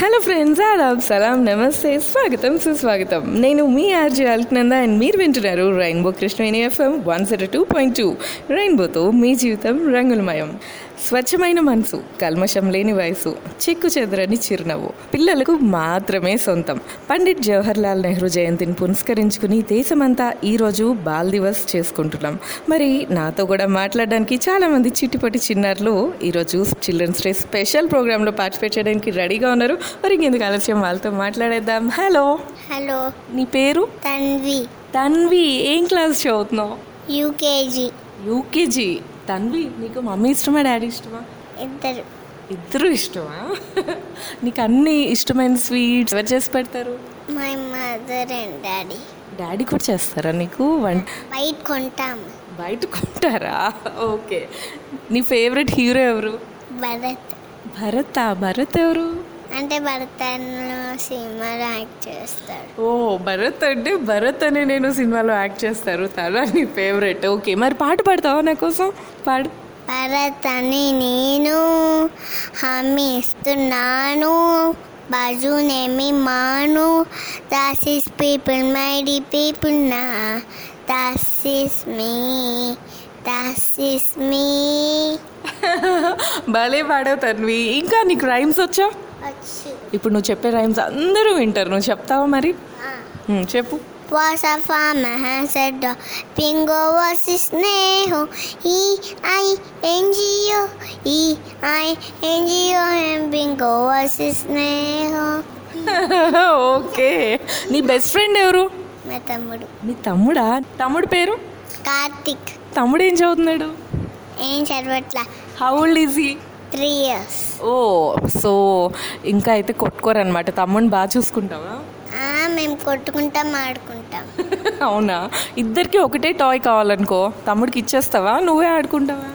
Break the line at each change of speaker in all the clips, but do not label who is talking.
Hello friends ఆదాబ్ సలాం నమస్తే స్వాగతం సుస్వాగతం నేను మీ ఆర్జీ అల్క్నంద అండ్ మీరు వింటున్నారు రెయిన్బో కృష్ణవేణి ఎఫ్ఎం వన్ సెట్ టూ పాయింట్ టూ రెయిన్బోతో మీ జీవితం రంగులమయం స్వచ్ఛమైన మనసు కల్మషం లేని వయసు చెక్కు చెదరని చిరునవ్వు పిల్లలకు మాత్రమే సొంతం పండిట్ జవహర్లాల్ నెహ్రూ జయంతిని పురస్కరించుకుని దేశమంతా ఈరోజు బాల్ దివస్ చేసుకుంటున్నాం మరి నాతో కూడా మాట్లాడడానికి చాలామంది చిట్టిపట్టి చిన్నారులు ఈరోజు చిల్డ్రన్స్ డే స్పెషల్ ప్రోగ్రాంలో పార్టిసిపేట్ చేయడానికి రెడీగా ఉన్నారు మరి ఇంకెందుకు ఆలస్యం వాళ్ళతో మాట్లాడేద్దాం హలో
హలో
నీ పేరు
తన్వి
తన్వి ఏం క్లాస్ చదువుతున్నావు
యూకేజీ
యూకేజీ తన్వి నీకు మమ్మీ ఇష్టమా డాడీ ఇష్టమా
ఇద్దరు
ఇద్దరు ఇష్టమా నీకు అన్ని ఇష్టమైన స్వీట్స్ ఎవరు చేసి పెడతారు
my mother and daddy
daddy కూడా చేస్తారా నీకు వంట
బయట కొంటాము
బయట కొంటారా ఓకే నీ ఫేవరెట్ హీరో ఎవరు
భరత్
భరత్ భరత్ ఎవరు
అంటే భరత్ అన్న సినిమాలో యాక్ట్ చేస్తాడు
ఓ భరత్ అంటే భరత్ అని నేను సినిమాలో యాక్ట్ చేస్తారు తన నీ ఫేవరెట్ ఓకే మరి పాట పాడతావా నా కోసం పాడు
భరత్ అని నేను హామీ ఇస్తున్నాను బాజునేమి మాను Das is people my D people నా Das is me Das is మీ
భలే పాడావు తన్వి ఇంకా నీకు రైమ్స్ వచ్చా
వచ్చు
ఇప్పుడు నువ్వు చెప్పే రైమ్స్ అందరూ వింటారు నువ్వు చెప్తావా మరి ఉమ్, చెప్పు
was a farmer has a dog. Bingo was his name. E I N G O. E I N G O. And Bingo was his name.
Okay నీ బెస్ట్ ఫ్రెండ్ ఎవరు
మా తమ్ముడు
నీ తమ్ముడా తమ్ముడు పేరు
కార్తిక్
తమ్ముడు ఏం చదువుతున్నాడు
ఏం చదవట్లా
హౌ ఓల్డ్ ఈజ్ ఈ
త్రీ ఇయర్స్
ఓ సో ఇంకా అయితే కొట్టుకోరనమాట తమ్ముడిని బాగా చూసుకుంటావా
మేము కొట్టుకుంటాం ఆడుకుంటాం
అవునా ఇద్దరికి ఒకటే టాయ్ కావాలనుకో తమ్ముడికి ఇచ్చేస్తావా నువ్వే ఆడుకుంటావా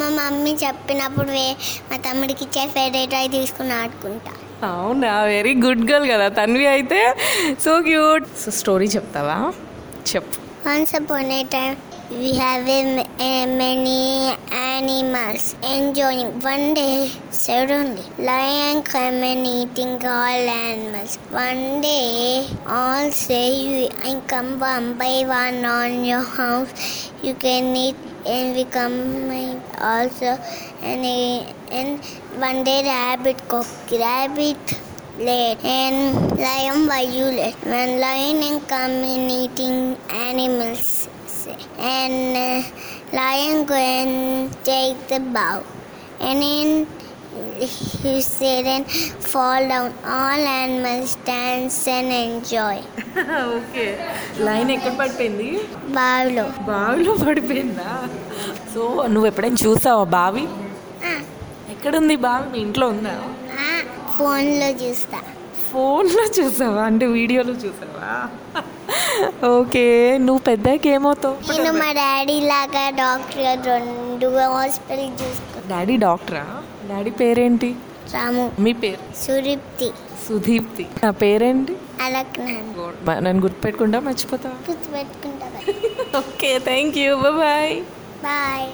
మా మమ్మీ చెప్పినప్పుడు వే మా తమ్ముడికి ఇచ్చే ఫేవరెట్ అయి తీసుకుని ఆడుకుంటా
అవునా వెరీ గుడ్ గర్ల్ కదా తన్వి అయితే సో క్యూట్ సో స్టోరీ చెప్తావా చెప్పు
Once upon a time, we have a, a many animals enjoying. One day, suddenly, lion came and eating all animals. One day, all say, "I come one by one on your house. You can eat." And we come my- also, and I- and one day rabbit go rabbit late and lion why you late when lion and come in eating animals and uh, lion go and take the bow and then he said and fall down all animals dance and enjoy
okay line ఎక్కడ పడిపోయింది
బావిలో
బావిలో పడిపోయిందా so నువ్వు ఎప్పుడైనా చూసావా బావి ఎక్కడుంది బావి మీ ఇంట్లో ఉందా
ఫోన్లో చూస్తా
ఫోన్లో చూసావా అంటే వీడియోలో చూసావా ఓకే నువ్వు పెద్దకి ఏమవుతావు
నేను మా డాడీ లాగా డాక్టర్ రెండు హాస్పిటల్ చూస్తా
డాడీ డాక్టరా డాడీ పేరేంటి
రాము
మీ పేరు
సురిప్తి
సుదీప్తి నా పేరేంటి
అలక్నాన్
నన్ను గుర్తుపెట్టుకుంటా మర్చిపోతావా
గుర్తుపెట్టుకుంటా
okay thank you bye
bye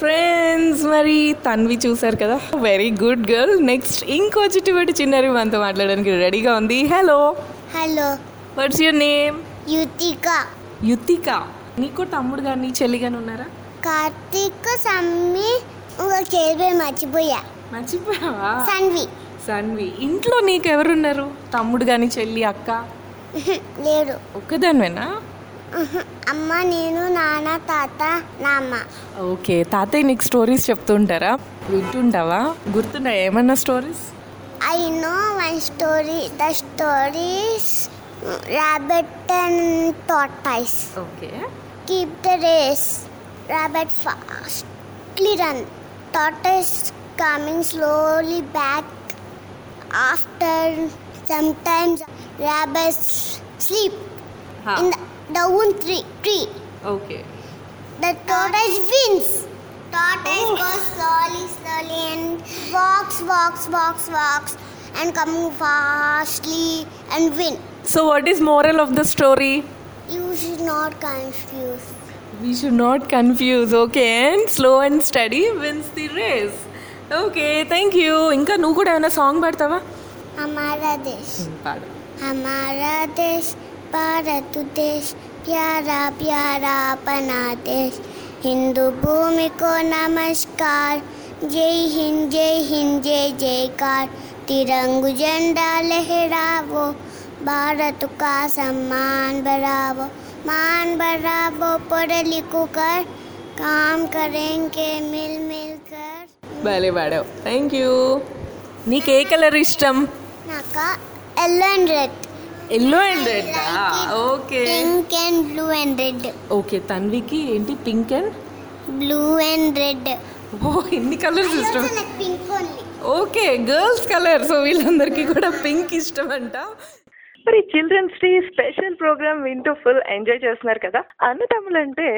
friends మరి తన్వి చూశారు కదా వెరీ గుడ్ గర్ల్ నెక్స్ట్ ఇంకో చిట్టుబడి చిన్నరి మనతో మాట్లాడడానికి రెడీగా ఉంది hello
hello
what's your name
Yuthika
Yuthika నీకు తమ్ముడు కానీ చెల్లి కానీ ఉన్నారా
కార్తీక్ సమ్మి ఒక చేరు మర్చిపోయా
మర్చిపోయావా
సన్వి
సన్వి ఇంట్లో నీకు ఎవరున్నారు తమ్ముడు కానీ చెల్లి అక్క
లేడు
ఒక్కదానివేనా
అమ్మ నేను నాన్న తాత నాన్న
ఓకే తాతయ్య నీకు స్టోరీస్ చెప్తుంటారా వింటుంటావా గుర్తున్నాయి ఏమన్నా stories
I know one story the stories rabbit and tortoise
okay
keep the race rabbit fast క్లిరన్ tortoise coming slowly back after sometimes rabbits sleep in the down tree tree
okay
the tortoise wins tortoise goes slowly slowly and walks walks walks walks and coming fastly and win
so what is moral of the story
you should not confuse
We should not confuse, okay? And slow and steady wins the race. Okay thank you ఇంకా నువ్వు కూడా ఏమైనా song పాడతావా
हमारा देश
పాడు
हमारा देश भारत देश प्यारा प्यारा अपना देश हिंदू भूमि को नमस्कार जय हिंद जय हिंद जय जयकार तिरंग झंडा लहरावो भारत का सम्मान बढ़ावो मान बढ़ावो पढ़ लिखो कर काम करेंगे मिल मिल कर
భలే పాడావు థ్యాంక్ యూ నీకు ఏ కలర్ ఇష్టం
नाका एलन red
yellow and red okay
pink and blue and red
okay తన్వికి ఏంటి pink and
blue and red
ఓ ఎన్ని కలర్స్ ఇష్టం
pink only
okay girls colour so వీళ్ళందరికీ కూడా పింక్ ఇష్టం అంట
మరి చిల్డ్రన్స్ డే స్పెషల్ ప్రోగ్రామ్ వింటూ ఫుల్ ఎంజాయ్ చేస్తున్నారు కదా అన్నదమ్ములు అంటే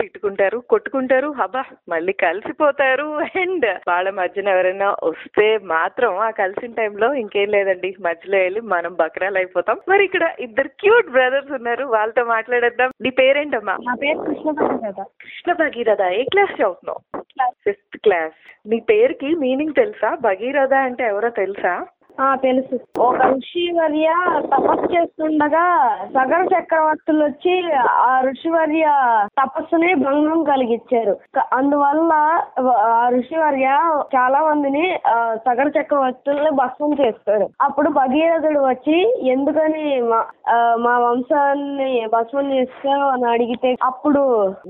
తిట్టుకుంటారు కొట్టుకుంటారు హబా మళ్ళీ కలిసిపోతారు అండ్ వాళ్ళ మధ్యన ఎవరైనా వస్తే మాత్రం ఆ కలిసిన టైంలో ఇంకేం లేదండి మధ్యలో వెళ్ళి మనం బకరాలు అయిపోతాం మరి ఇక్కడ ఇద్దరు క్యూట్ బ్రదర్స్ ఉన్నారు వాళ్ళతో మాట్లాడేద్దాం నీ పేరేంటమ్మా
నా పేరు కృష్ణ భాగవత
కృష్ణ భగీరథ ఏ క్లాస్ చదువుతున్నావు ఫిఫ్త్ క్లాస్ నీ పేరుకి మీనింగ్ తెలుసా భగీరథ అంటే ఎవరో తెలుసా
ఆ, తెలుసు ఒక ఋషివర్య తపస్సు చేస్తుండగా సగర చక్రవర్తులు వచ్చి ఆ ఋషివర్య తపస్సుని భంగం కలిగించారు క- అందువల్ల వ- ఆ ఋషివర్య చాలా మందిని ఆ, సగర చక్రవర్తుల్ని భస్మం చేస్తాడు అప్పుడు భగీరథుడు వచ్చి ఎందుకని మా- ఆ, మా వంశాన్ని భస్మం చేస్తావు అని అడిగితే అప్పుడు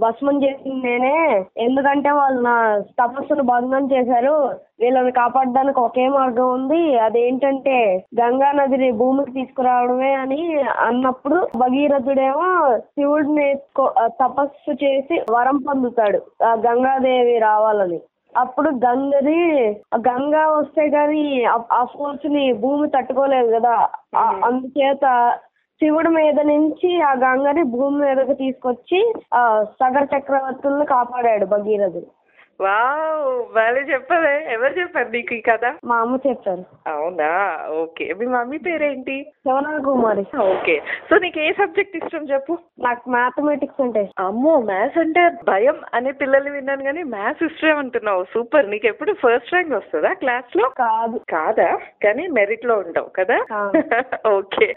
భస్మం చేసింది నేనే ఎందుకంటే వాళ్ళు నా తపస్సును భంగం చేశారు వీళ్ళని కాపాడడానికి ఒకే మార్గం ఉంది అదేంటంటే గంగా నదిని భూమికి తీసుకురావడమే అని అన్నప్పుడు భగీరథుడేమో శివుడిని కో- ఆ, తపస్సు చేసి వరం పొందుతాడు ఆ గంగాదేవి రావాలని అప్పుడు గంగది గంగ వస్తే గాని ఆ- ఆ ఫోర్స్ ని భూమి తట్టుకోలేదు కదా ఆ- అందుచేత శివుడి మీద నుంచి ఆ గంగని భూమి మీదకి తీసుకొచ్చి ఆ సగర చక్రవర్తుల్ని కాపాడాడు భగీరథుడు
వావ్ భలే చెప్పవే ఎవరు చెప్పారు నీకు ఈ కథ
మా అమ్మ చెప్పారు
అవునా ఓకే మీ మమ్మీ పేరేంటి
శివనా కుమారి
ఓకే సో నీకు ఏ సబ్జెక్ట్ ఇష్టం చెప్పు
నాకు మ్యాథమెటిక్స్ అంటే ఇష్టం.
అమ్మో మ్యాథ్స్ అంటే భయం అనే పిల్లల్ని విన్నాను కానీ మ్యాథ్స్ ఇష్టం అంటున్నావు సూపర్ నీకు ఎప్పుడు ఫస్ట్ ర్యాంక్ వస్తుందా క్లాస్ లో
కాదు
కాదా కానీ మెరిట్ లో ఉంటావు కదా
కాదు.
ఓకే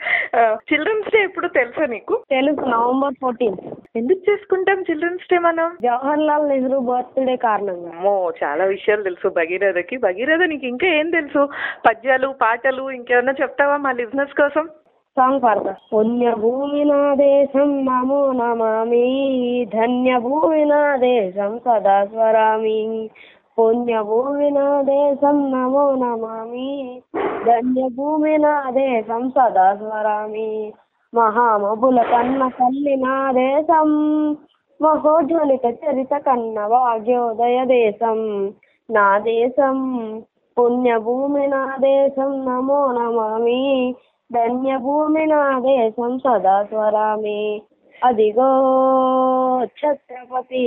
చిల్డ్రన్స్ డే ఎప్పుడు తెలుసా నీకు
తెలుసు నవంబర్ ఫోర్టీన్
ఎందుకు చేసుకుంటాం చిల్డ్రన్స్ డే మనం
జవహర్ లాల్ నెహ్రూ బర్త్డే కారణంగా
అమ్మో చాలా విషయాలు తెలుసు భగీరథకి భగీరథ నీకు ఇంకా ఏం తెలుసు పద్యాలు పాటలు ఇంకేమన్నా చెప్తావా మా లిజినెస్ కోసం
సాంగ్ పాడతా పుణ్య భూమి నా దేశం నమో నమామి ధన్య భూమి నా దేశం సదా స్వరామి పుణ్య భూమి నా దేశం నమో నమామి ధన్య భూమి నా దేశం సదా స్వరామి మహామబుల కన్న తల్లి నా దేశం మహోజ్వలిత చరిత కన్న భాగ్యోదయ దేశం నా దేశం పుణ్యభూమి నా దేశం నమో నమామి ధన్యభూమి నా దేశం సదా స్వరామి అదిగో ఛత్రపతి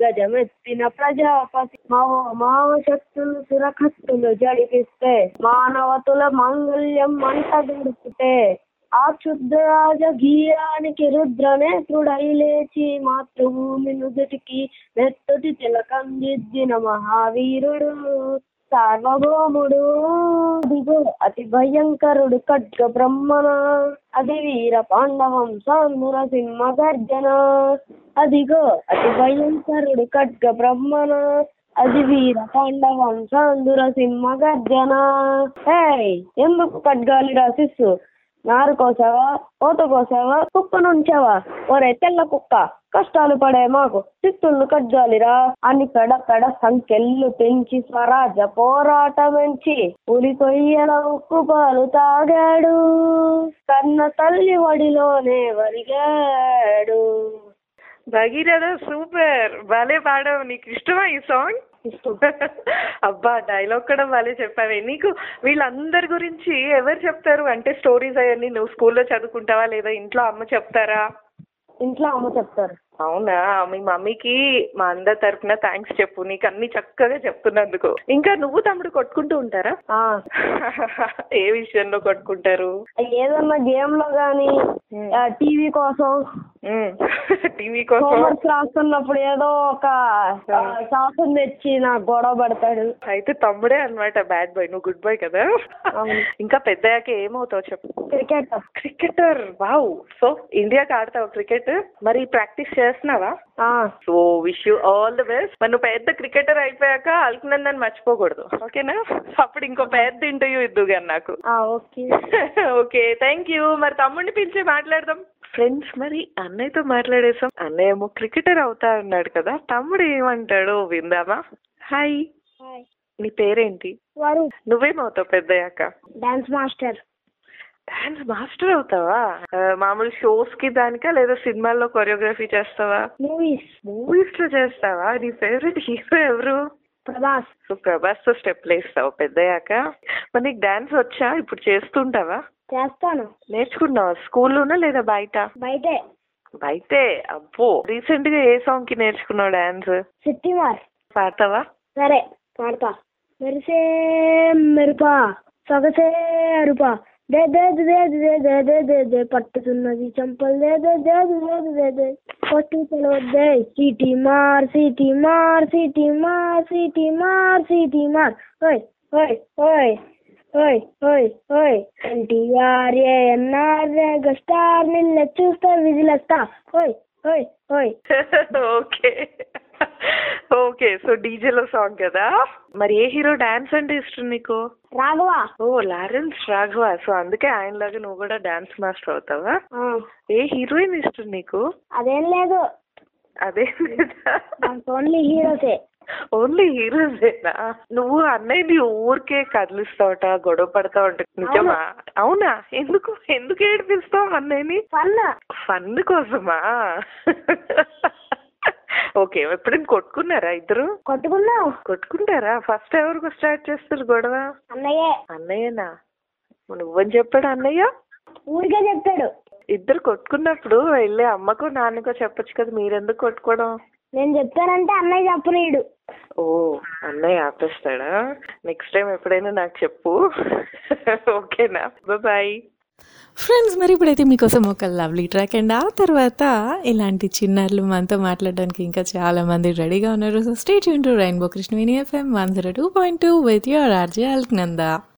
గజమెత్తిన ప్రజాపతి మావో మావ శక్తులు సురకత్తులు జడిపిస్తే మానవతుల మంగళ్యం మంట గడిపితే ఆ క్షుద్రరాజ గీయానికి రుద్రనేత్రుడై లేచి మాతృభూమి నుదుటికి నెత్తటి తిలకందిద్దిన మహావీరుడు సార్వభౌముడు దిగు అతి భయంకరుడు ఖడ్గ బ్రహ్మణ అది వీర పాండవం సాంధుర సింహ గర్జన అదిగో అతి భయంకరుడు ఖడ్గ బ్రహ్మణ అది వీర పాండవం సాంధుర సింహ గర్జన ఏయ్, ఎందుకు ఖడ్గాలి రాసిస్తూ నారు కోసావా కోత కోసావా కుక్కను ఉంచావా ఒరే తెల్ల కుక్క కష్టాలు పడే మాకు చిత్తుళ్ళు కట్టాలిరా అని పెడపెడ సంఖ్యలు పెంచి స్వరాజ పోరాటమెంచి ఉరి కొయ్యల ఉక్కు పాలు తాగాడు కన్న తల్లి వడిలోనే వరిగాడు
భగీరథ సూపర్ భలే పాడవు నీకు ఇష్టమా ఈ సాంగ్ అబ్బా డైలాగ్ కూడా భలే చెప్పావే నీకు వీళ్ళందరి గురించి ఎవరు చెప్తారు అంటే స్టోరీస్ అవన్నీ నువ్వు స్కూల్లో చదువుకుంటావా లేదా ఇంట్లో అమ్మ చెప్తారా
ఇంట్లో అమ్మ చెప్తారు
అవునా మీ మమ్మీకి మా అందరి తరపున థ్యాంక్స్ చెప్పు నీకు అన్ని చక్కగా చెప్తున్నందుకు ఇంకా నువ్వు తమ్ముడు కొట్టుకుంటూ ఉంటారా
ఆ,
ఏ విషయంలో కొట్టుకుంటారు
ఏదన్నా గేమ్ లో గాని టీవీ కోసం
టీవీ కోసం
హోంవర్క్ రాస్తున్నప్పుడు ఏదో ఒక ఆ, శాసన తెచ్చి నాకు గొడవ పడతాడు
అయితే తమ్ముడే అన్నమాట బ్యాడ్ బాయ్ నువ్వు గుడ్ బాయ్ కదా
అవును.
ఇంకా పెద్దయ్యాక ఏమవుతావు చెప్పు
క్రికెట్
క్రికెటర్ వావ్ సో ఇండియాకి ఆడతావు క్రికెట్ మరి ప్రాక్టీస్ చేస్తున్నావా
ఆ,
so wish you all the best మరి నువ్వు పెద్ద క్రికెటర్ అయిపోయాక అల్కనందని మర్చిపోకూడదు ఓకేనా అప్పుడు ఇంకో పెద్ద ఇంటర్వ్యూ ఇద్దు కానీ నాకు
ఆ, ఓకే
ఓకే థ్యాంక్ యూ మరి తమ్ముడిని పిలిచి మాట్లాడదాం ఫ్రెండ్స్ మరి అన్నయ్యతో మాట్లాడేసాం అన్నయ్య ఏమో క్రికెటర్ అవుతా అన్నాడు కదా తమ్ముడు ఏమంటాడో విందామా హాయ్
హాయ్.
నీ పేరేంటి
వరుణ్
నువ్వేమవుతావు పెద్దయ్యాక
డాన్స్ మాస్టర్
డాన్స్ మాస్టర్ అవుతావా ఆ, మామూలు షోస్ కి దానికా లేదా సినిమాల్లో కొరియోగ్రఫీ చేస్తావా
మూవీస్
మూవీస్ లో చేస్తావా నీ ఫేవరెట్ హీరో ఎవరు
ప్రభాస్
సో ప్రభాస్ తో స్టెప్ వేస్తావు పెద్దయ్యాక మరి నీకు డాన్స్ వచ్చా ఇప్పుడు చేస్తుంటావా
చేస్తాను
నేర్చుకున్నావా స్కూల్లోనా లేదా బయట
బయటే
బయటే అబ్బో రీసెంట్ గా ఏ సాంగ్ కి నేర్చుకున్నావు డాన్స్
సిట్టి మార్
పాడతావా
సరే పాడతా మెరిసే మెరుపా సొగసే అరుపా దే దే దే దే దే దే దే దే దే పట్టుతున్నది చంపలు దే దే దే దే దే దే దే కొట్టు తెలవద్దే సిటీ మార్ సిటీ మార్ సిటీ మార్ సిటీ మార్ సిటీ మార్ ఓయ్ ఓయ్ ఓయ్ ఓయ్ ఓయ్ ఓయ్ ఎన్టీఆర్ ఏఎన్ఆర్ మెగాస్టార్ నిన్న చూస్తే విజిలేస్తా ఓయ్ ఓయ్ ఓయ్
ఓకే ఓకే సో డీజేలో సాంగ్ కదా మరి ఏ హీరో డాన్స్ అంటే ఇష్టం నీకు
రాఘవా
ఓ లారెన్స్ రాఘవ సో అందుకే ఆయనలాగా నువ్వు కూడా డాన్స్ మాస్టర్ అవుతావా
ఆ,
ఏ హీరోయిన్ ఇష్టం నీకు
అదేం లేదు
అదే
నాకు ఓన్లీ హీరోసే
ఓన్లీ హీరోసేనా నువ్వు అన్నయ్యని ఊరికే కదిలిస్తావట గొడవ పడతా ఉంటా నిజమా అవునా ఎందుకు ఎందుకు ఏడిపిస్తావు అన్నయ్యని
ఫన్
ఫన్ కోసమా ఓకే ఎప్పుడైనా కొట్టుకున్నారా ఇద్దరు
కొట్టుకున్నావు
కొట్టుకుంటారా ఫస్ట్ ఎవరికి స్టార్ట్ చేస్తారు గొడవ
అన్నయ్యే
అన్నయ్యనా నువ్వని చెప్పాడు అన్నయ్య
ఊరికే చెప్పాడు
ఇద్దరు కొట్టుకున్నప్పుడు వెళ్ళి అమ్మకో నాన్నకో చెప్పొచ్చు కదా మీరెందుకు కొట్టుకోవడం
నేను చెప్తానంటే అన్నయ్య చెప్పనీయుడు
ఓ అన్నయ్య ఆపేస్తాడా నెక్స్ట్ టైం ఎప్పుడైనా నాకు చెప్పు ఓకేనా బాయ్
ఫ్రెండ్స్ మరి ఇప్పుడైతే మీకోసం ఒక లవ్లీ ట్రాక్ అండ్ ఆ తర్వాత ఇలాంటి చిన్నారులు మనతో మాట్లాడడానికి ఇంకా చాలా మంది రెడీగా ఉన్నారు సో స్టేట్ యూన్ to rainbow Krishnaveni FM one zero two point two with your RJ Alaknanda